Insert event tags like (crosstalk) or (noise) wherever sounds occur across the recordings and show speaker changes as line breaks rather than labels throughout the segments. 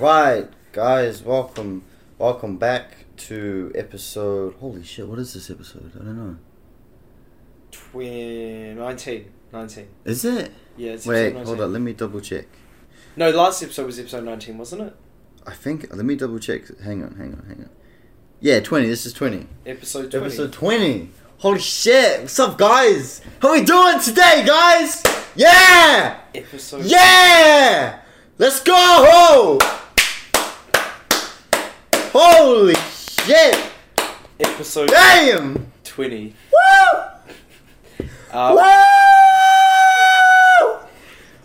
Right, guys, welcome, welcome back to episode. Holy shit, what is this episode? I don't know.
Twin 19. 19.
Is it?
Yeah, it's
Wait,
episode 19.
hold on. Let me double check.
No, last episode was episode 19, wasn't it?
I think. Let me double check. Hang on, hang on, hang on. Yeah, twenty. This is twenty.
Episode 20.
Episode twenty. Holy shit! What's up, guys? How we doing today, guys? Yeah,
Episode
yeah. Let's go! Holy shit!
Episode
Damn!
20.
Woo!
Um,
Uh, Woo!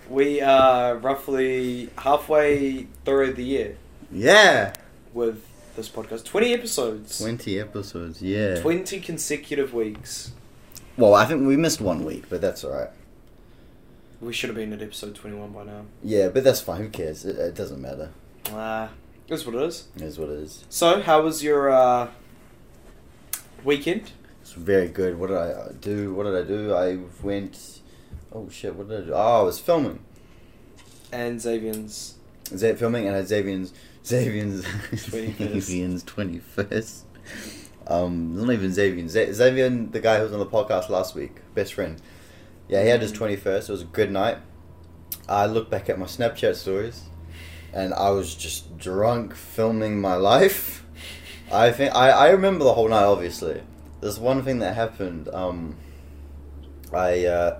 we are roughly halfway through the year
Yeah.
with this podcast. 20 episodes.
20 episodes, yeah.
20 consecutive weeks.
Well, I think we missed one week, but that's alright.
We should have been at episode 21 by now.
Yeah, but that's fine. Who cares? It, it doesn't matter.
Ah, that's what it is.
It is what it is.
So, how was your uh, weekend?
It's very good. What did I uh, do? What did I do? I went. Oh shit, what did I do? Oh, I was filming.
And Xavier's.
Is that filming? And I had Xavier's. Xavier's.
21st.
Xavier's 21st. Um, not even Xavier. Z- Xavier, the guy who was on the podcast last week, best friend. Yeah, he had his
Mhm.
21st. It was a good night. I looked back at my Snapchat stories and I was just drunk filming my life. I think I, I remember the whole night, obviously. There's one thing that happened. Um, I uh,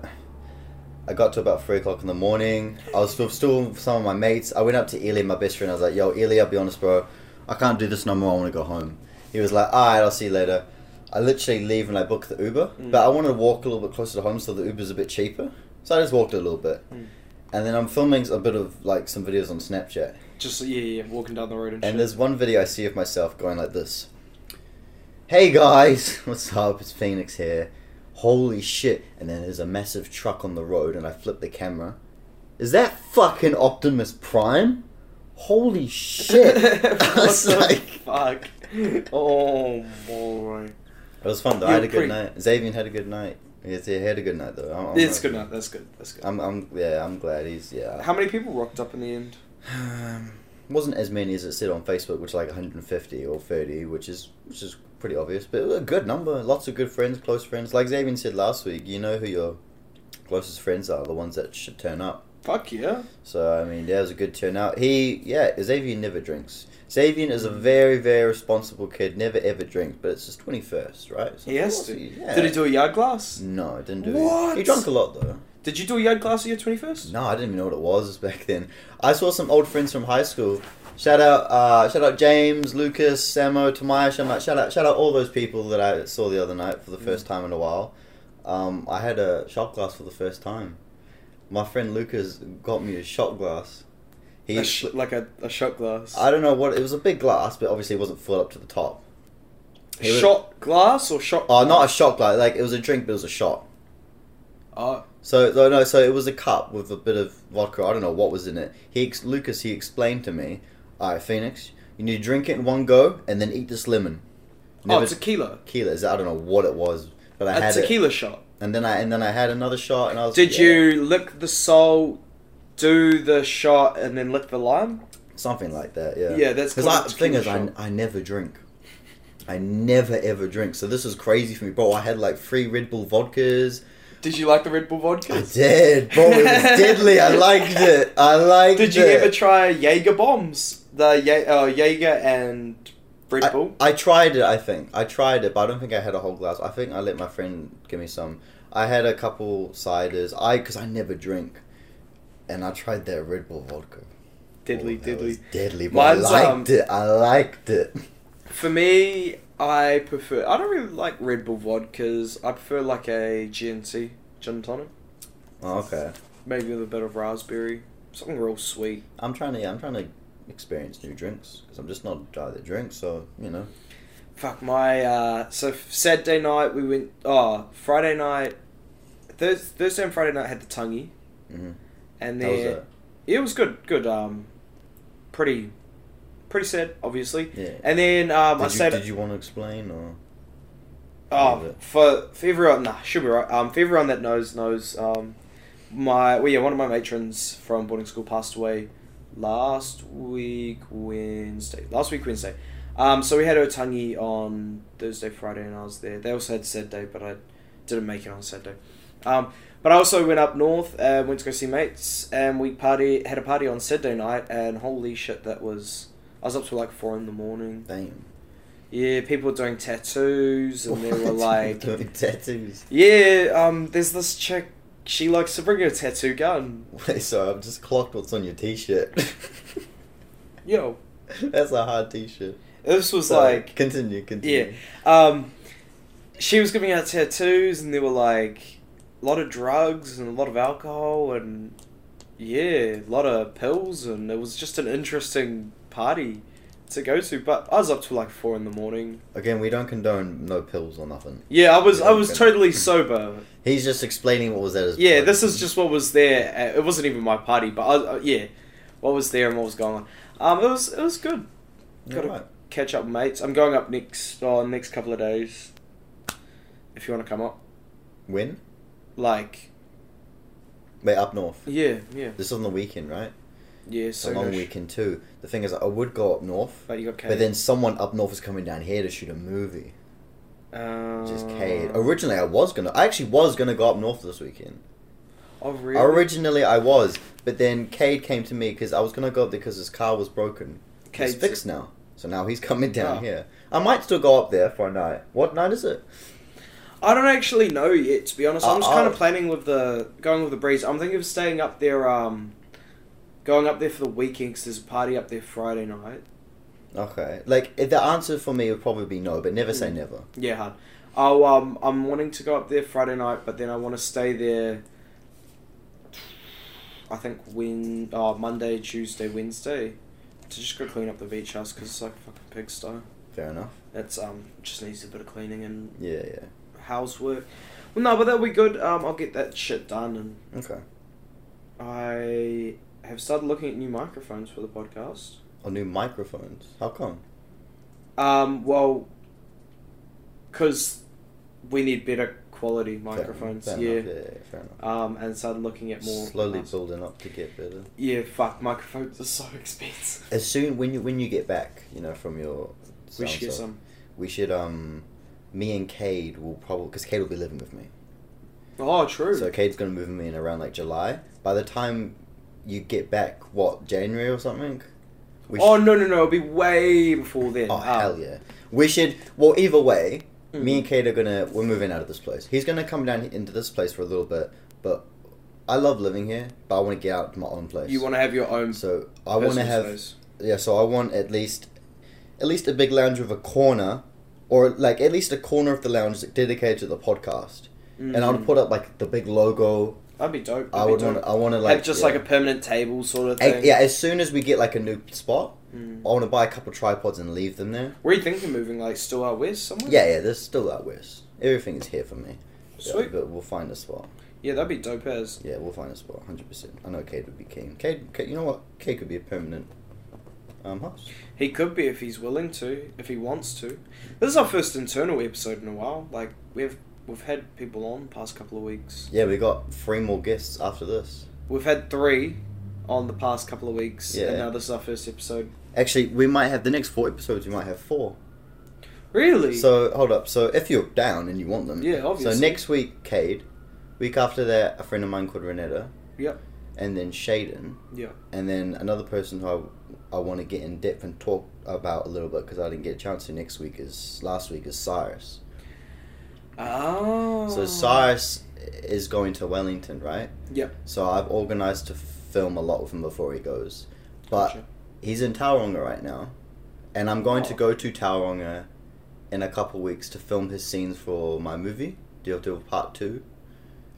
I got to about three o'clock in the morning. I was still, still with some of my mates. I went up to Eli, my best friend. I was like, "Yo, Eli, I'll be honest, bro. I can't do this no more. I want to go home." He was like, "All right, I'll see you later." I literally leave and I book the Uber,
Mm.
but I wanted to walk a little bit closer to home so the Uber's a bit cheaper. So I just walked a little bit,
Mm.
and then I'm filming a bit of like some videos on Snapchat.
Just, yeah, yeah, walking down the road and,
And
shit.
there's one video I see of myself going like this. Hey guys, (laughs) what's up? It's Phoenix here. Holy shit. And then there's a massive truck on the road and I flip the camera. Is that fucking Optimus Prime? Holy shit. (laughs) I
(laughs) what
was
the
like (laughs)
fuck? Oh boy.
It was fun though. I
You're
had a good
pretty-
night. Xavier had a good night. Yes, he had a good night though. I'm, I'm
It's
happy.
good. No, that's good. That's good. Uh,
I'm, I'm yeah, I'm glad he's yeah.
How many people rocked up in the end?
Um, wasn't as many as it said on Facebook, which is like 150 or 30, which is which is pretty obvious, but a good number. Lots of good friends, close friends. Like Xavier said last week, you know who your closest friends are, the ones that should turn up.
Fuck yeah.
So I mean, yeah, it was a good turnout. He, yeah, Xavier never drinks. Xavier is a
Mm.
very, very responsible kid. Never ever drinks, but it's his twenty first, right? So
He
of
has
course
to.
yeah. Mm.
Did he do a yard glass?
No, I didn't do it.
What?
He drank a lot though.
Did you do a yard glass at your 21st?
No, I didn't even know what it was back then. I saw some old friends from high school. Shout out, uh, shout out James, Lucas, Samo, Tamaya. Shout out, shout out, shout out all those people that I saw the other night for the
Mm.
first time in a while. Um, I had a shot glass for the first time. My friend Lucas got me a shot glass. He,
A sh- like a, a shot glass.
I don't know what it was. A big glass, but obviously it wasn't full up to the top. He was-
shot glass or shot?
Oh, not a shot glass. Like it was a drink, but it was a shot.
Oh,
So no, no. So it was a cup with a bit of vodka. I don't know what was in it. He ex- Lucas he explained to me, "All right, Phoenix, you need to drink it in one go and then eat this lemon." Never
oh tequila.
tequila. Is I don't know what it was, but I
A
had it.
tequila shot.
And then I and then I had another shot, and I was.
Did
yeah,
you lick the salt, do the shot, and then lick the lime?
something like that? Yeah.
Yeah, that's
because
called
the
a
thing is,
tequila
I, I never drink. I never ever drink. So this is crazy for me, bro. I had like three Red Bull vodkas.
Did you like the Red Bull
I
vodka?
did, bro. It
(laughs)
was deadly. I liked it. I liked it.
Did you ever try Jaeger bombs? The Ye- uh, Jaeger and Red
I,
Bull.
I tried it. I think I tried it, but I don't think I had a whole glass. I think I let my friend give me some. I had a couple ciders. I because I never drink, and I tried that Red Bull vodka.
Deadly,
Oh, that
deadly.
was deadly. But I
Mine's,
liked
um,
it. I liked it. (laughs)
For me, I prefer. I don't really like Red Bull vodkas. I prefer like a GNC gin and tonic,
Oh, okay,
maybe with a bit of raspberry, something real sweet.
I'm trying to. Yeah, I'm trying to experience new drinks because I'm just not a guy that drinks. So you know,
Fuck my. Uh, so Saturday night we went. Oh, Friday night, Thurs Thursday and Friday night had the tonguey,
mm-hmm.
and
that was
then
it.
it was good. Good. Um, pretty, pretty sad, obviously.
Yeah.
And then um, I
did, you,
said,
did you want to explain or? Leave
Oh,
it.
for, for everyone, nah, should be right. Um, for everyone that knows, knows, um, my, well, yeah, one of my matrons from boarding school passed away last week Wednesday. Last week Wednesday. Um, so we had Otangi on Thursday, Friday, and I was there. They also had Saturday, but I didn't make it on Saturday. Um, but I also went up north and went to go see mates, and we party had a party on Saturday night, and holy shit, that was I was up till like four in the morning.
Damn.
Yeah, people were doing tattoos, and
(laughs)
they were like,
doing (laughs) tattoos.
yeah, um, there's this chick. She likes to bring a tattoo gun.
Wait, sorry, I've just clocked what's on your
(laughs)
t-shirt.
Yo,
That's a hard t-shirt.
this was
Sorry,
like
continue, continue.
Um, she was giving out tattoos, and there were like a lot of drugs and a lot of alcohol, and yeah, a lot of pills, and it was just an interesting party to go to. But I was up till like four in the morning.
Again, we don't condone no pills or nothing.
Yeah, I was I was
Okay.
totally sober.
He's just explaining what was at his.
Yeah,
party.
this is just what was there. uh, It wasn't even my party, but I, uh, yeah, what was there and what was going on. Um, it was it was good.
Yeah,
Got to
right.
catch up, mates. I'm going up next on next couple of days. If you want to come up,
When?
like
Wait, up north.
yeah, yeah,
This is on the weekend, right?
yeah.
It's
So
a long weekend too. The thing is, I would go up north,
But you got K.
but then someone up north is coming down here to shoot a movie.
uh,
Just Cade. Originally, I was gonna. I actually was gonna go up north this weekend.
Oh really?
Originally, I was, but then Cade came to me because I was gonna go up there because his car was broken. It's
Cade's-
fixed now, so now he's (laughs) coming down
Oh.
here. I might still go up there for a night. What night is it?
I don't actually know yet. To be honest, I'm just
Uh,
kind
I'll-
of planning with the going with the breeze. I'm thinking of staying up there. Um, going up there for the weekend 'cause there's a party up there Friday night.
Okay, like if the answer for me would probably be no, but never say
Mm.
never.
Yeah, hard. Oh, um, I'm wanting to go up there Friday night, but then I want to stay there. I think when oh Monday, Tuesday, Wednesday, to just go clean up the beach house because it's like a fucking pigsty.
Fair enough.
It's um just needs a bit of cleaning and
Yeah, yeah.
housework. Well, no, but that'll be good. Um, I'll get that shit done, and
Okay.
I have started looking at new microphones for the podcast.
Or new microphones. How come?
Um, well, because we need better quality
Fair-
microphones.
fair
yeah.
enough, yeah, yeah, fair enough.
um, and started looking at more
Slowly
mics.
building up to get better.
Yeah, fuck, microphones are so (laughs) expensive.
As soon when you when you get back, you know, from your
we
sound
should get
sort,
some.
We should um, me and Cade will probably because Cade will be living with me.
Oh, true.
So Cade's gonna move me in around like July. By the time you get back, what January or something? We
oh
should-
no no no! It'll be way before then.
oh
Um,
hell yeah! We should. Well, either way, me
Mm.
and Cade are gonna we're moving out of this place. He's gonna come down into this place for a little bit, but I love living here. But I want to get out to my own place.
hmm. You want to have your own.
So I want to
personal
have
space.
yeah. So I want at least at least a big lounge with a corner, or like at least a corner of the lounge dedicated to the podcast. And I would
Mhm.
put up like the big logo.
That'd be dope.
I
that'd be
would want.
dope.
I want to like
have just
yeah.
like a permanent table sort of
A-
thing.
yeah. As soon as we get like a new spot,
Mm.
I want to buy a couple tripods and leave them there.
Where are you thinking of moving? Like still out west somewhere?
Yeah, yeah. There's still that west. Everything's here for me. Yeah,
Sweet.
but we'll find a spot.
Yeah, that'd be dope as.
Yeah, we'll find a spot. Hundred percent. I know Cade would be keen. Cade, Cade, you know what? Cade could be a permanent um house.
He could be if he's willing to, if he wants to. This is our first internal episode in a while. Like we've we've had people on past couple of weeks.
Yeah, we got three more guests after this.
We've had three on the past couple of weeks,
Yeah.
and now this is our first episode.
Actually, we might have the next four episodes. We might have four.
Really?
So hold up. So if you're down and you want them,
Yeah, obviously.
So next week, Cade. Week after that, a friend of mine called Renetta,
Yep.
and then Shaden,
Yeah.
and then another person who I, I want to get in depth and talk about a little bit because I didn't get a chance to next week is last week is Cyrus.
Oh.
So Cyrus is going to Wellington, right?
Yep.
So I've organised to film a lot with him before he goes, but
Gotcha.
he's in Tauranga right now, and I'm going to
Oh.
go to Tauranga in a couple weeks to film his scenes for my movie, Deal Deal Part Two,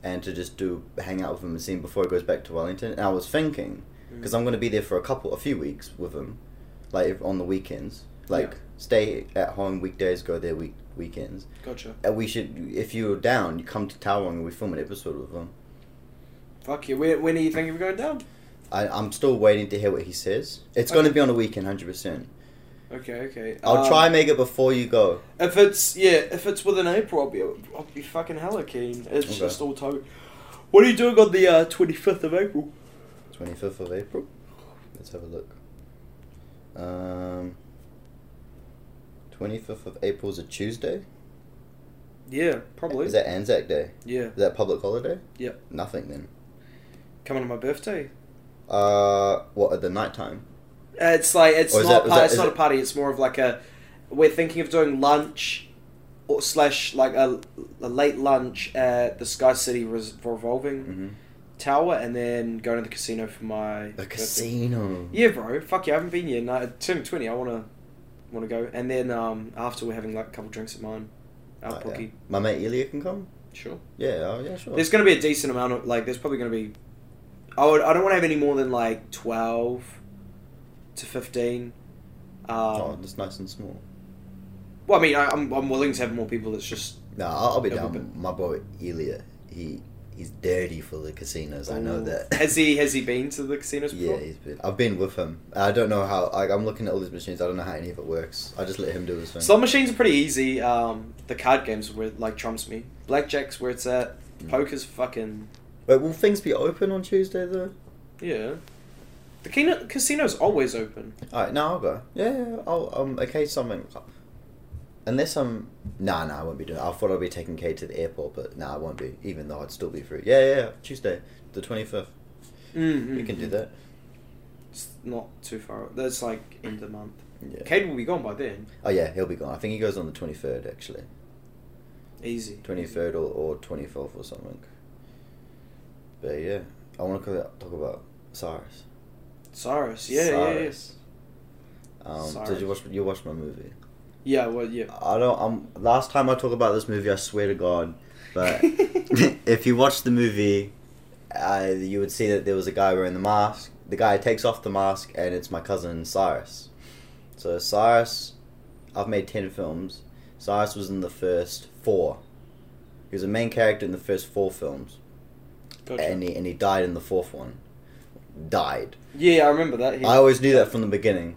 and to just do hang out with him and see him before he goes back to Wellington. And I was thinking
Mm.
because I'm going to be there for a couple, a few weeks with him, like if- on the weekends, like
Yeah.
stay at home weekdays, go there week weekends.
Gotcha.
And we should, if you're down, you come to Tauranga and we film an episode with him.
Fuck you. When, when are you thinking of going down?
I, I'm still waiting to hear what he says. It's going to
Okay.
be on a weekend, hundred percent.
Okay. Okay. uh,
I'll
Um,
try and make it before you go.
If it's yeah, if it's within April, I'll be I'll be fucking hella keen. It's
Okay.
just all time. What are you doing on the twenty fifth of uh, April?
Twenty fifth of April. Let's have a look. Um, 25th of April is a Tuesday?
Yeah, probably.
Is that Anzac Day?
yeah.
Is that public holiday?
Yep.
Nothing then.
Coming on my birthday.
Uh, what, at the night time?
Uh, It's like it's
Or is
not
that- is
par-
that-
it's
is
not
it-
a party. It's more of like a we're thinking of doing lunch or slash like a, a late lunch at the Sky City Res- Revolving
Mm-hmm.
Tower, and then going to the casino for my
A
birthday.
casino.
Yeah, bro. Fuck yeah, I haven't been yet. No, turn twenty. I wanna wanna go, and then um after we're having like a couple drinks at mine, our
Oh, yeah.
bookie.
My mate Ilya can come?
Sure.
Yeah, oh, yeah, sure.
There's going to be a decent amount of like. There's probably going to be. I would. I don't want to have any more than like twelve to fifteen. Um,
oh, it's nice and small.
Well, I mean, I, I'm I'm willing to have more people. It's just
No, I'll, I'll be
Yeah,
down.
but-
with My boy Ilya, he he's dirty for the casinos. I know
Ooh.
that.
(laughs) has he
(laughs)
has he been to the casinos
Yeah,
before?
he's been. I've been with him. I don't know how. Like, I'm looking at all these machines. I don't know how any of it works. I just let him do his thing.
Slot machines are pretty easy. Um, the card games where like trumps me. Blackjack's where it's at.
Mm.
Poker's fucking
Wait, will things be open on Tuesday though?
yeah. The kino- casino's always open.
All right, no, I'll go. Yeah, yeah, I'll um. Okay, something. Unless I'm. Nah, nah, I won't be doing. It. I thought I'd be taking Kate to the airport, but nah, I won't be. Even though I'd still be free. Yeah, yeah, yeah. Tuesday, the twenty fifth.
Mm-hmm.
We can do that.
It's not too far. That's like end of the month.
Yeah.
Cade will be gone by then.
Oh yeah, he'll be gone. I think he goes on the twenty third actually.
Easy.
Twenty third or, or twenty fourth or something. But yeah, I want to talk about Cyrus.
Cyrus. Yeah,
Cyrus. Um, Did
Cyrus.
you watch? You watched my movie.
yeah, yeah. Yeah, well, yeah.
I don't. i last time I talk about this movie, I swear to God. But (laughs) if you watch the movie, uh, you would see that there was a guy wearing the mask. The guy takes off the mask, and it's my cousin Cyrus. So Cyrus, I've made ten films. Cyrus was in the first four. He was a main character in the first four films,
(laughs) Gotcha.
and he and he died in the fourth one. Died.
yeah, I remember that. He-
I always knew that from the beginning.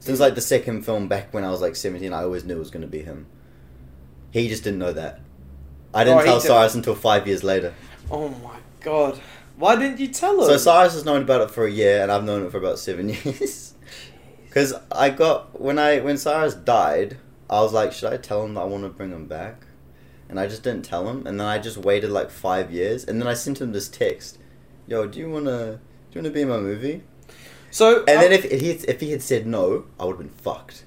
Since like the second film back when I was like seventeen, I always knew it was going to be him. He just didn't know that. I didn't
Oh, he
tell
didn't.
Cyrus until five years later.
oh my god. Why didn't you tell
So
him?
Cyrus has known about it for a year, and I've known it for about seven (laughs) years. Because I got when I when Cyrus died, I was like, should I tell him that I want to bring him back? And I just didn't tell him, and then I just waited like five years, and then I sent him this text, "Yo, do you wanna do you wanna be in my movie?"
So um,
And then if, if he if he had said no, I would have been fucked.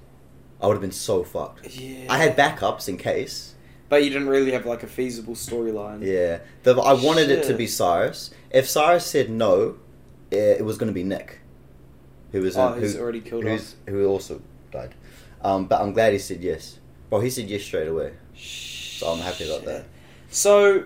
I would have been so fucked.
yeah,
I had backups in case.
but you didn't really have like a feasible storyline.
Yeah, the, I wanted it to
Shit.
be Cyrus. If Cyrus said no, it, it was going to be Nick, who was in-
Oh, he's
who,
already killed
who's, who also died. Um, but I'm glad he said yes. Well, he said yes straight away, so I'm happy about that.
So,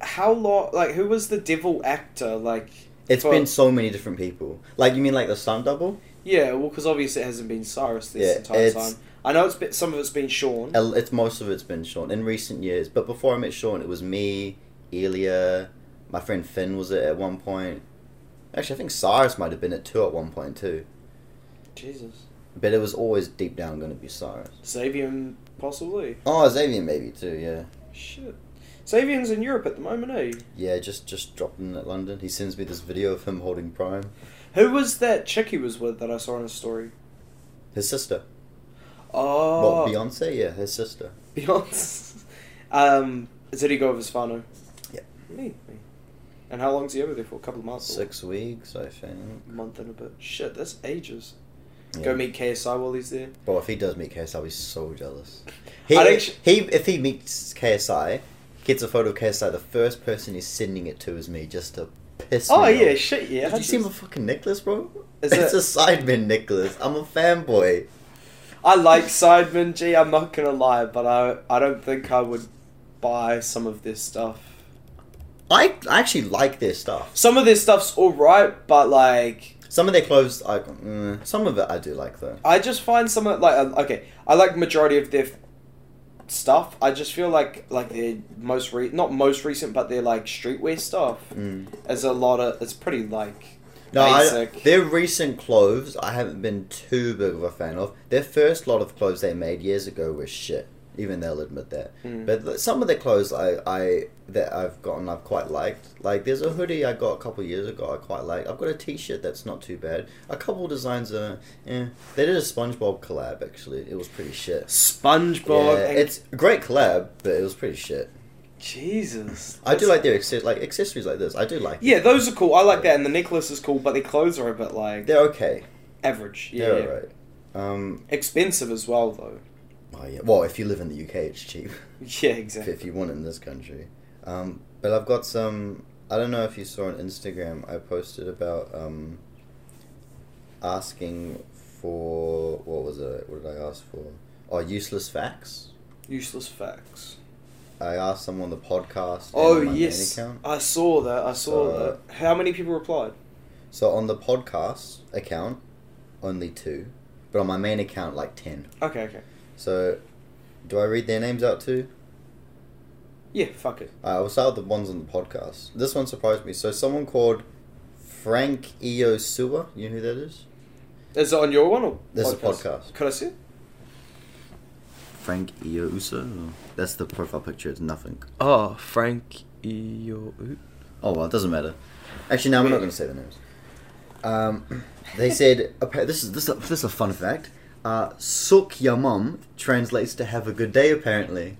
how long? Like, who was the devil actor? Like,
It's
for-
been so many different people. Like you mean like the stunt double?
yeah, well, because obviously it hasn't been Cyrus this
Yeah,
entire
it's-
time. I know it's been, some of it's been Sean.
Uh, It's most of it's been Sean in recent years. But before I met Sean, it was me, Elia, my friend Finn was it at one point. Actually, I think Cyrus might have been at two at one point too.
Jesus,
But it was always deep down going to be Cyrus.
Savian possibly.
Oh, Xavier maybe too. Yeah,
Shit. Savian's in Europe at the moment, eh?
yeah. Just just dropped in at London. He sends me this video of him holding Prime,
Who was that chick he was with that I saw on his story?
his sister.
Oh,
What Beyonce? Yeah, his sister.
Beyonce. (laughs) um, did he go with his Fano?
Yeah.
Me, me. And how long's he over there for? A couple of months. or
Six weeks, I think.
A month and a bit. Shit, that's ages.
Yeah.
Go meet KSI while he's there.
Bro, if he does meet KSI, I'll be so
(laughs)
jealous. He,
I'd actu-
he if he meets KSI, gets a photo of KSI, the first person he's sending it to is me just to piss
Oh
me
yeah,
off.
shit yeah.
Did you see my fucking necklace, bro?
Is
it's
it-
a Sidemen necklace. I'm a fanboy. (laughs)
I like Sidemen G. I'm not gonna lie, but I I don't think I would buy some of this stuff.
I, I actually like their stuff.
Some of this stuff's all right, but like
Some of their clothes, I, mm, some of it I do like though.
I just find some of like um, okay, I like majority of their f- stuff. I just feel like like their most re- not most recent, but their like streetwear stuff
Mm.
is a lot of it's pretty like
No, I,
basic.
their recent clothes I haven't been too big of a fan of. Their first lot of clothes they made years ago were shit. Even they'll admit that.
Mm.
But th- some of their clothes I, I that I've gotten I've quite liked. Like there's a hoodie I got a couple years ago I quite like. I've got a T-shirt that's not too bad. A couple designs are eh. They did a SpongeBob collab actually. It was pretty shit.
SpongeBob.
yeah,
and-
it's a great collab, but it was pretty shit.
Jesus.
I do
That's-
like their access- like accessories like this. I do like.
Yeah,
them.
those are cool. I like that, and the necklace is cool, but their clothes are a bit like
They're okay.
average. Yeah,
They're
yeah.
alright. Um,
expensive as well though. (laughs)
oh yeah. Well, if you live in the UK, it's cheap. (laughs)
Yeah, exactly.
if you want it in this country. Um, but I've got some. I don't know if you saw on Instagram. I posted about um, asking for what was it? What did I ask for? Oh, useless facts.
Useless facts.
I asked someone on the podcast. and
Oh
on my main
yes,
account.
I saw that. I saw
So- uh,
that. How many people replied?
So on the podcast account, only two, but on my main account, like ten.
Okay, okay.
So, do I read their names out too?
Yeah, fuck it.
Uh, we'll start with the ones on the podcast. This one surprised me. So someone called Frank Eo Sewer. You know who that is?
Is it on your one or?
This is a podcast.
Could I see it?
Frank Eo Uso. That's the profile picture. It's nothing.
Oh, Frank Eyo.
Oh well, it doesn't matter. Actually, no, I'm not going to say the names. (laughs) Um, they said appa- this is this is a, this is a fun fact. Uh, Sook your mum translates to have a good day. Apparently,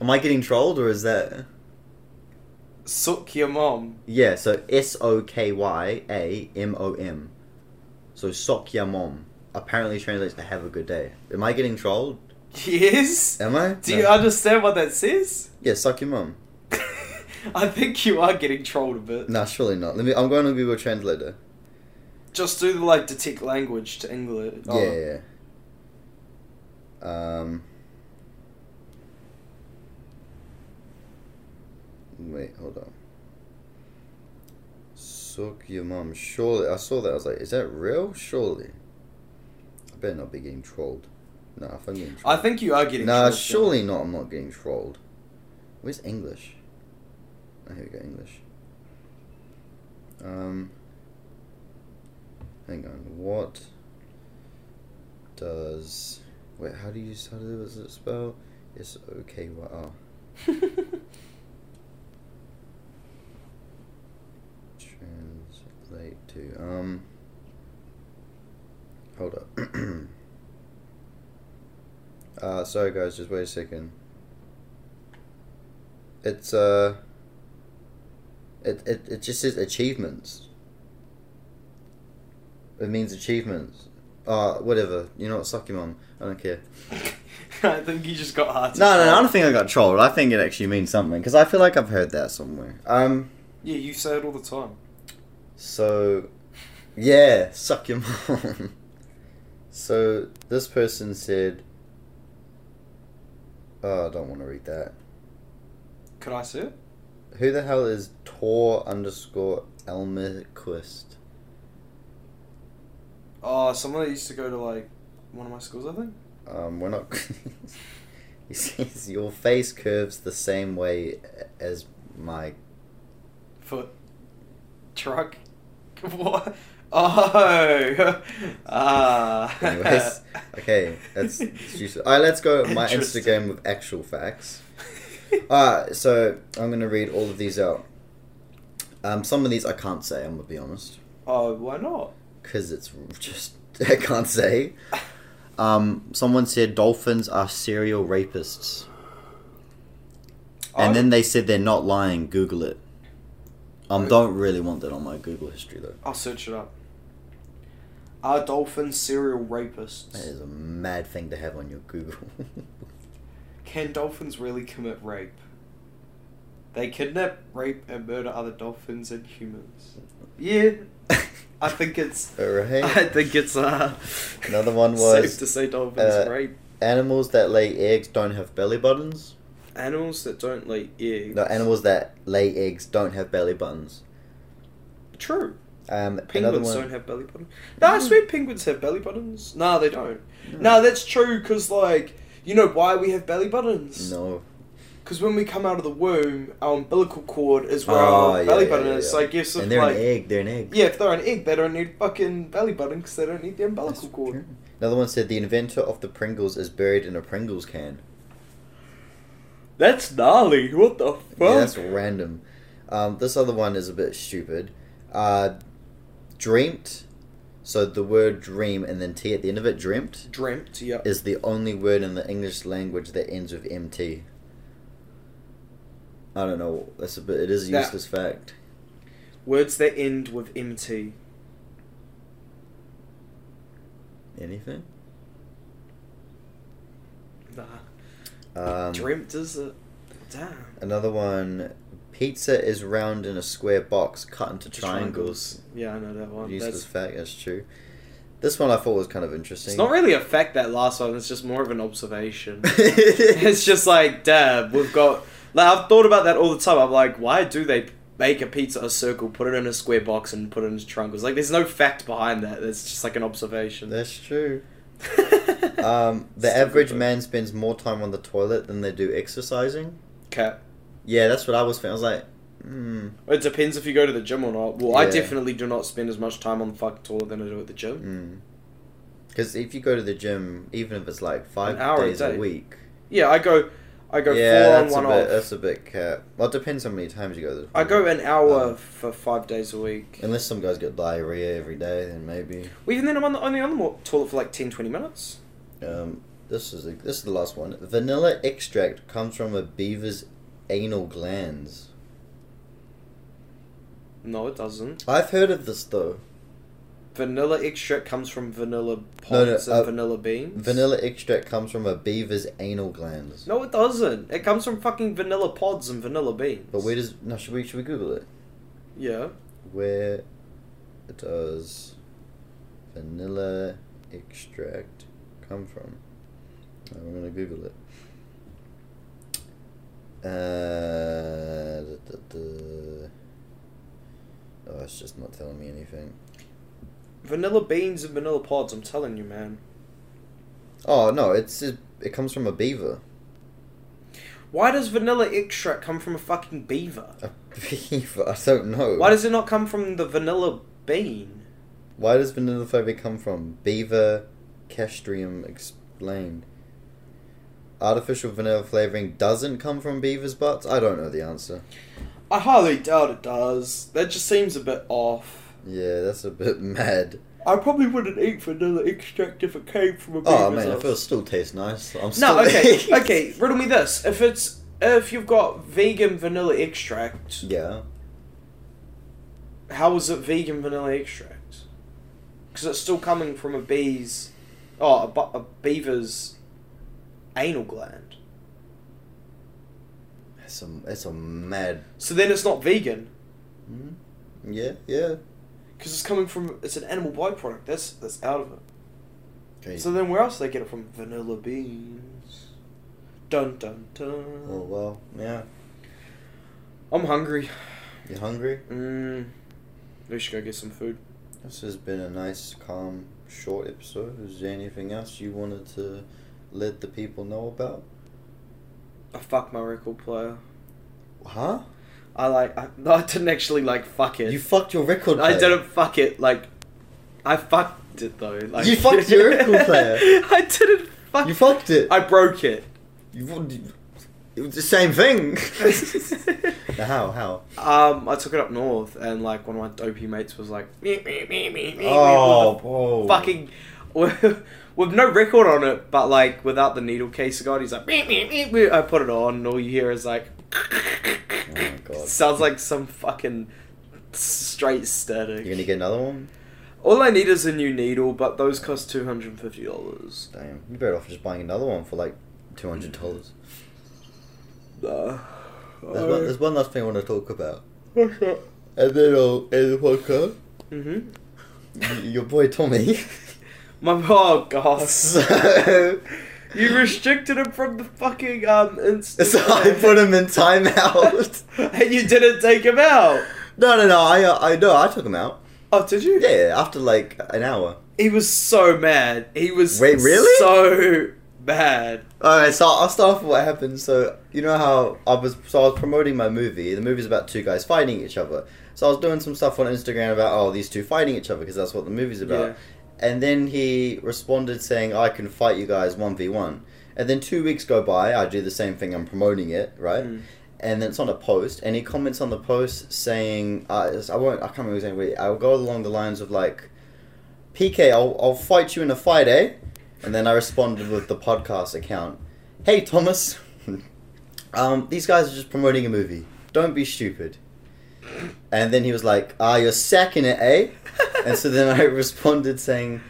am I getting trolled or is that?
Suck your mom. (laughs)
Yeah, so S O K Y A M O M. So sock your mom apparently translates to have a good day. Am I getting trolled?
Yes.
Am I?
Do
No.
you understand what that says?
yeah, suck your mom.
I think you are getting trolled a bit.
No, surely not. Let me. I'm going to Google Translator.
Just do the like detect language to English. Oh.
Yeah, yeah, yeah. Um. Wait, hold on. Suck your mum. Surely, I saw that. I was like, is that real? Surely. I better not be getting trolled. No, if I'm getting trolled.
I think you are getting.
Nah,
trolled,
surely not. I'm not getting trolled. Where's English? Oh, here we go, English. Um, hang on. What does? Wait, how do you how does it spell? It's okay. Wow.
surely.
Translate to um. Hold up. (clears throat) uh, sorry guys, just wait a second. It's uh. It it it just says achievements. It means achievements. Uh, whatever. You know what? Suck your mum. I don't care.
(laughs) I think you just got hard.
No, no, no, I don't think I got trolled. I think it actually means something because I feel like I've heard that somewhere. Um.
Yeah, you say it all the time.
So, yeah, suck your mom. so this person said, "Oh, I don't want to read that."
Could I see it?
Who the hell is Tor underscore Elmerquist?
Oh, someone that used to go to like one of my schools, I think.
Um, we're not. (laughs) he says your face curves the same way as my.
Foot. Truck. (laughs) What? Oh. (laughs) Ah.
Anyways, okay,
(laughs)
that's it's useless. All right, let's go. My
Interesting.
Instagram with actual facts. Alright, so I'm gonna read all of these out. Um, some of these I can't say. I'm gonna be honest,
oh, why not?
because it's (laughs) just I can't say. Um, someone said dolphins are serial rapists, and then they said they're not lying. Google it. Um, don't really want that on my Google history though.
I'll search it up. Are dolphins serial rapists?
That is a mad thing to have on your Google.
Can dolphins really commit rape? They kidnap, rape, and murder other dolphins and humans.
(laughs)
Yeah, I think it's.
Alright.
(laughs) I think it's. Uh,
Another one
(laughs) safe
was,
to say dolphins
uh,
rape
Animals that lay eggs don't have belly buttons.
animals that don't lay eggs.
No, animals that lay eggs don't have belly buttons.
True.
Um, another
Penguins
one.
don't have belly buttons. No, I
Mm.
swear penguins have belly buttons. No, they don't. No, that's true. Cause like you know why we have belly buttons.
No.
Because when we come out of the womb, our umbilical cord is where
Oh,
our
yeah,
belly
yeah,
button
yeah,
is.
yeah.
So I guess if
And they're
like
an egg. They're an egg.
yeah, if they're an egg, they don't need fucking belly button because they don't need the
That's
umbilical cord.
true. Another one said the inventor of the Pringles is buried in a Pringles can.
That's gnarly. What the fuck?
Yeah, that's random. Um, this other one is a bit stupid. Uh, dreamt, so the word dream and then T at the end of it, dreamt,
Dreamt, yeah.
is the only word in the English language that ends with MT. I don't know. That's a bit. It is a
That-
useless fact.
Words that end with MT.
Anything?
Nah.
Um,
Dreamt is a. Damn.
Another one. Pizza is round in a square box cut into triangles.
Yeah, I know that one.
Useless
That's,
fact. That's true. This one I thought was kind of interesting.
it's not really a fact, that last one. It's just more of
(laughs)
an observation. it's just like, damn, we've got. Like, I've thought about that all the time. I'm like, why do they make a pizza a circle, put it in a square box, and put it in triangles? Like, there's no fact behind that. It's just like an observation. (laughs)
That's true. Um,
um,
the average man spends more time on the toilet than they do exercising.
Cap.
Yeah, that's what I was. Thinking. I was like, mm,
It depends if you go to the gym or not. Well, I
Yeah.
definitely do not spend as much time on the fucking toilet than I do at the gym.
mm. Because if you go to the gym, even if it's like five
An hour a
days a,
day.
week,
Yeah, I go, I go
yeah,
four on
that's
one
a bit.
off.
That's a bit cap. Well, it depends how many times you go to. The
I go an hour
Um,
for five days a week.
Unless some guys get diarrhea every day, then maybe.
Well, even then, I'm on the, only on the mo- toilet for like 10, 20 minutes.
Um, this is the, this is the last one. Vanilla extract comes from a beaver's anal glands.
No, it doesn't.
I've heard of this though.
Vanilla extract comes from vanilla
No, no,
pods
uh,
and vanilla beans.
Vanilla extract comes from a beaver's anal glands.
No, it doesn't. It comes from fucking vanilla pods and vanilla beans.
But where does no? Should we should we Google it?
Yeah.
Where does vanilla extract come from? I'm gonna Google it. Uh, duh, duh, duh. Oh, it's just not telling me anything.
Vanilla beans and vanilla pods. I'm telling you, man.
Oh no, it's it, it comes from a beaver.
Why does vanilla extract come from a fucking beaver?
A (laughs) beaver? I don't know.
Why does it not come from the vanilla bean?
Why does vanilla flavor come from? Beaver castrium explained. Artificial vanilla flavoring doesn't come from beavers' butts? I don't know the answer.
I highly doubt it does. That just seems a bit off.
Yeah, that's a bit (laughs) mad.
I probably wouldn't eat vanilla extract if it came from a beaver's
Oh man,
ass.
if it still tastes nice, I'm still
No, okay,
(laughs)
okay. Riddle me this: if it's if you've got vegan vanilla extract,
Yeah,
how is it vegan vanilla extract? Because it's still coming from a bee's, oh, a, bu- a beaver's anal gland.
it's a it's a mad.
So then it's not vegan
Hmm? Yeah, yeah.
because it's coming from it's an animal byproduct. That's that's out of it.
Okay.
So then where else do they get it from? Vanilla beans. Dun dun dun.
oh well, yeah.
I'm hungry.
You hungry?
Mm. We should go get some food.
This has been a nice, calm, short episode. Is there anything else you wanted to let the people know about?
I fuck my record player.
Huh?
I like. I, no, I didn't actually like fuck it.
You fucked your record player.
I didn't fuck it. Like, I fucked it though. Like
You fucked your
(laughs)
record player.
I didn't fuck.
You fucked it.
I
(laughs)
broke it.
You, fu- it was the same
(laughs)
thing. Now, how? How?
um, I took it up north, and like one of my dopey mates was like, "Meh, meh, meh, meh, meh,"
Oh,
with a
whoa.
fucking, with, with no record on it, but like without the needle case guard, he's like, "Meh, meh, meh, meh." I put it on, and all you hear is like, (laughs)
Oh, my God.
sounds like some fucking straight static.
You're gonna get another one?
All I need is a new needle, but those cost two hundred and fifty dollars.
Damn. You better off just buying another one for like two hundred dollars.
Uh,
There's, one- there's one last thing I want to talk about,
mm-hmm.
and then I'll end the podcast. Y- Your boy
(laughs)
Tommy.
My oh
(laughs)
god,
so,
you restricted him from the fucking um Insta,
so I put him in timeout.
(laughs) and you didn't take him out.
no, no, no. I, uh, I no, I took him out.
Oh, did you?
Yeah, after like an hour.
He was so mad. He was
Wait, really?
so bad.
All right, so I'll start off with what happened. So you know how I was, so I was promoting my movie. The movie's about two guys fighting each other. So I was doing some stuff on Instagram about oh these two fighting each other because that's what the movie's about. and then he responded saying, "I can fight you guys one v one." And then two weeks go by. I do the same thing. I'm promoting it, right?
Mm.
And then it's on a post, and he comments on the post saying, uh, it's- "I won't. I can't remember his name. but I'll go along the lines of like, PK, I'll, I'll fight you in a fight, eh?" And then I responded with the podcast account, "Hey Thomas, (laughs) um, these guys are just promoting a movie. Don't be stupid." And then he was like, "Ah, you're sacking it, eh?" and so then I (laughs) responded saying,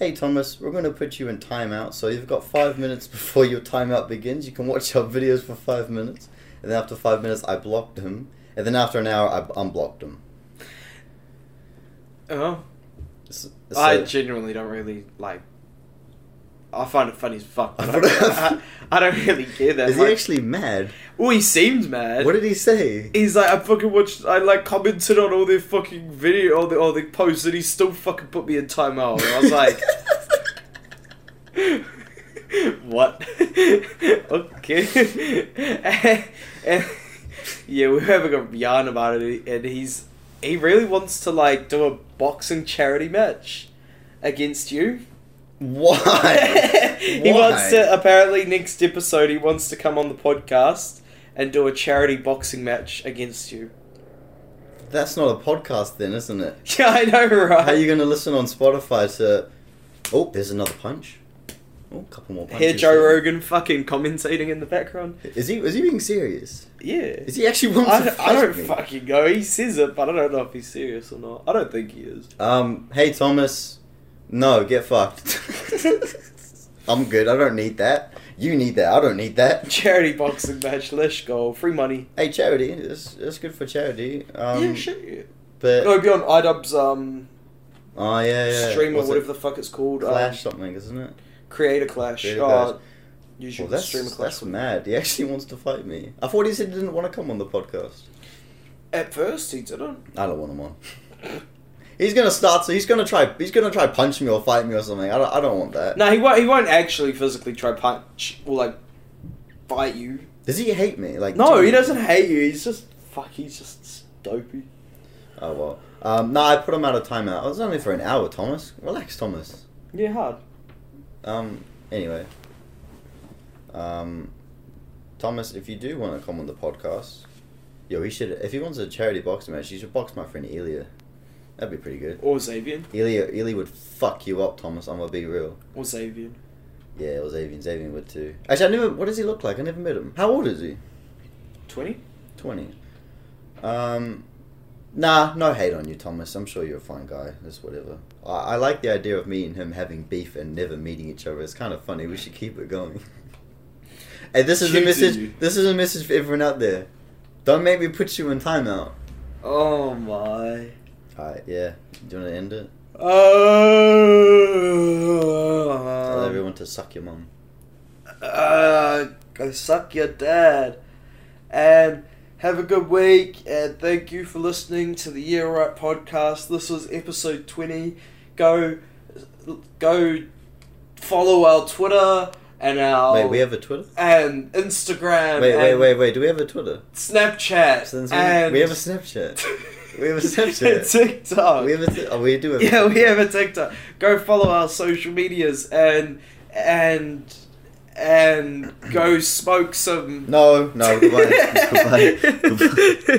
"Hey Thomas, we're going to put you in timeout. So you've got five minutes before your timeout begins. You can watch our videos for five minutes." And then after five minutes, I blocked him. And then after an hour, I b- unblocked him.
Oh.
S-
I
so-
genuinely don't really like. I find it funny as fuck.
I
But I,
don't know. (laughs)
I, I don't really care that
Is he
much.
actually mad?
Oh, he seemed mad.
What did he say?
He's like, I fucking watched. I like commented on all their fucking video, all the all their posts, and he still fucking put me in timeout. And I was like, (laughs) what? (laughs) okay. (laughs) and, yeah, we were having a yarn about it, and he's he really wants to like do a boxing charity match against you.
(laughs) "Why?"
(laughs) he
Why?
wants to uh, apparently next episode he wants to come on the podcast and do a charity boxing match against you. (laughs)
That's not a podcast, then, isn't it?
Yeah, I know, right?
How are you going to listen on Spotify to? Oh, there's another punch. Oh, couple
(laughs)
more punches.
hear Joe Rogan fucking commentating in the background?
Is he? Is he being serious?
Yeah.
Is he actually wants
I,
to
don't-
fight
I don't
me?
fucking know. He says it, but I don't know if he's serious or not. I don't think he is.
Um, hey Thomas, no, get
(laughs)
fucked. (laughs) I'm good. I don't need that. You need that. I don't need that.
Charity boxing match, let's go. Free money.
Hey, charity. It's it's good for charity. Um,
yeah, shit. Yeah.
But
It'll be on IDubbbz um,
oh yeah, yeah.
stream or
What's it?
whatever the fuck it's called.
Clash
Um,
something, isn't it?
Creator Clash.
Creator
uh,
Clash.
usual
Well, that's
streamer Clash.
that's mad. He actually wants to fight me. I thought he said he didn't want to come on the podcast.
At first, he didn't.
I don't want him on. He's gonna start. So he's gonna try. He's gonna try punch me or fight me or something. I don't. I don't want that.
(laughs) No, he won't. He won't actually physically try punch or like bite you.
Does he hate me? Like
No,
do
he
you-
doesn't hate you. He's just fuck. He's just dopey.
Oh well. Um, no, I put him out of timeout. It was only for an hour, Thomas. Relax, Thomas.
Yeah, hard.
Um. Anyway. Um, Thomas, if you do want to come on the podcast, yo, he should. If he wants a charity boxing match, he should box my friend Elia. That'd be pretty good.
Or Xavier.
Elia, Elia would fuck you up, Thomas. I'm gonna be real.
Or Xavier.
Yeah, it was Avian. Avian would too. Actually, I never. What does he look like? I never met him. How old is he?
Twenty.
Twenty. Um, nah, no hate on you, Thomas. I'm sure you're a fine guy. It's whatever. I, I like the idea of me and him having beef and never meeting each other. It's kind of funny. We should keep it going. (laughs) hey, this is
Shoot
a
to
message.
you.
This is a message for everyone out there. Don't make me put you in timeout.
Oh my.
Alright, yeah. Do you want to end it? Tell
Oh.
everyone to suck your mum.
Uh, go suck your dad. And have a good week. And thank you for listening to the Year Right podcast. This was episode 20. Go, go follow our Twitter and our.
Wait, we have a Twitter.
And Instagram.
Wait, wait,
and
wait, wait. Do we have a Twitter?
Snapchat.
Since we,
and
we have a Snapchat.
(laughs)
we have a Snapchat.
and um, TikTok.
We have a. T- oh, we do have. a
yeah, we
Snapchat.
have a TikTok. Go follow our social medias and and and go smoke some. (laughs)
No, no, goodbye. goodbye. Goodbye.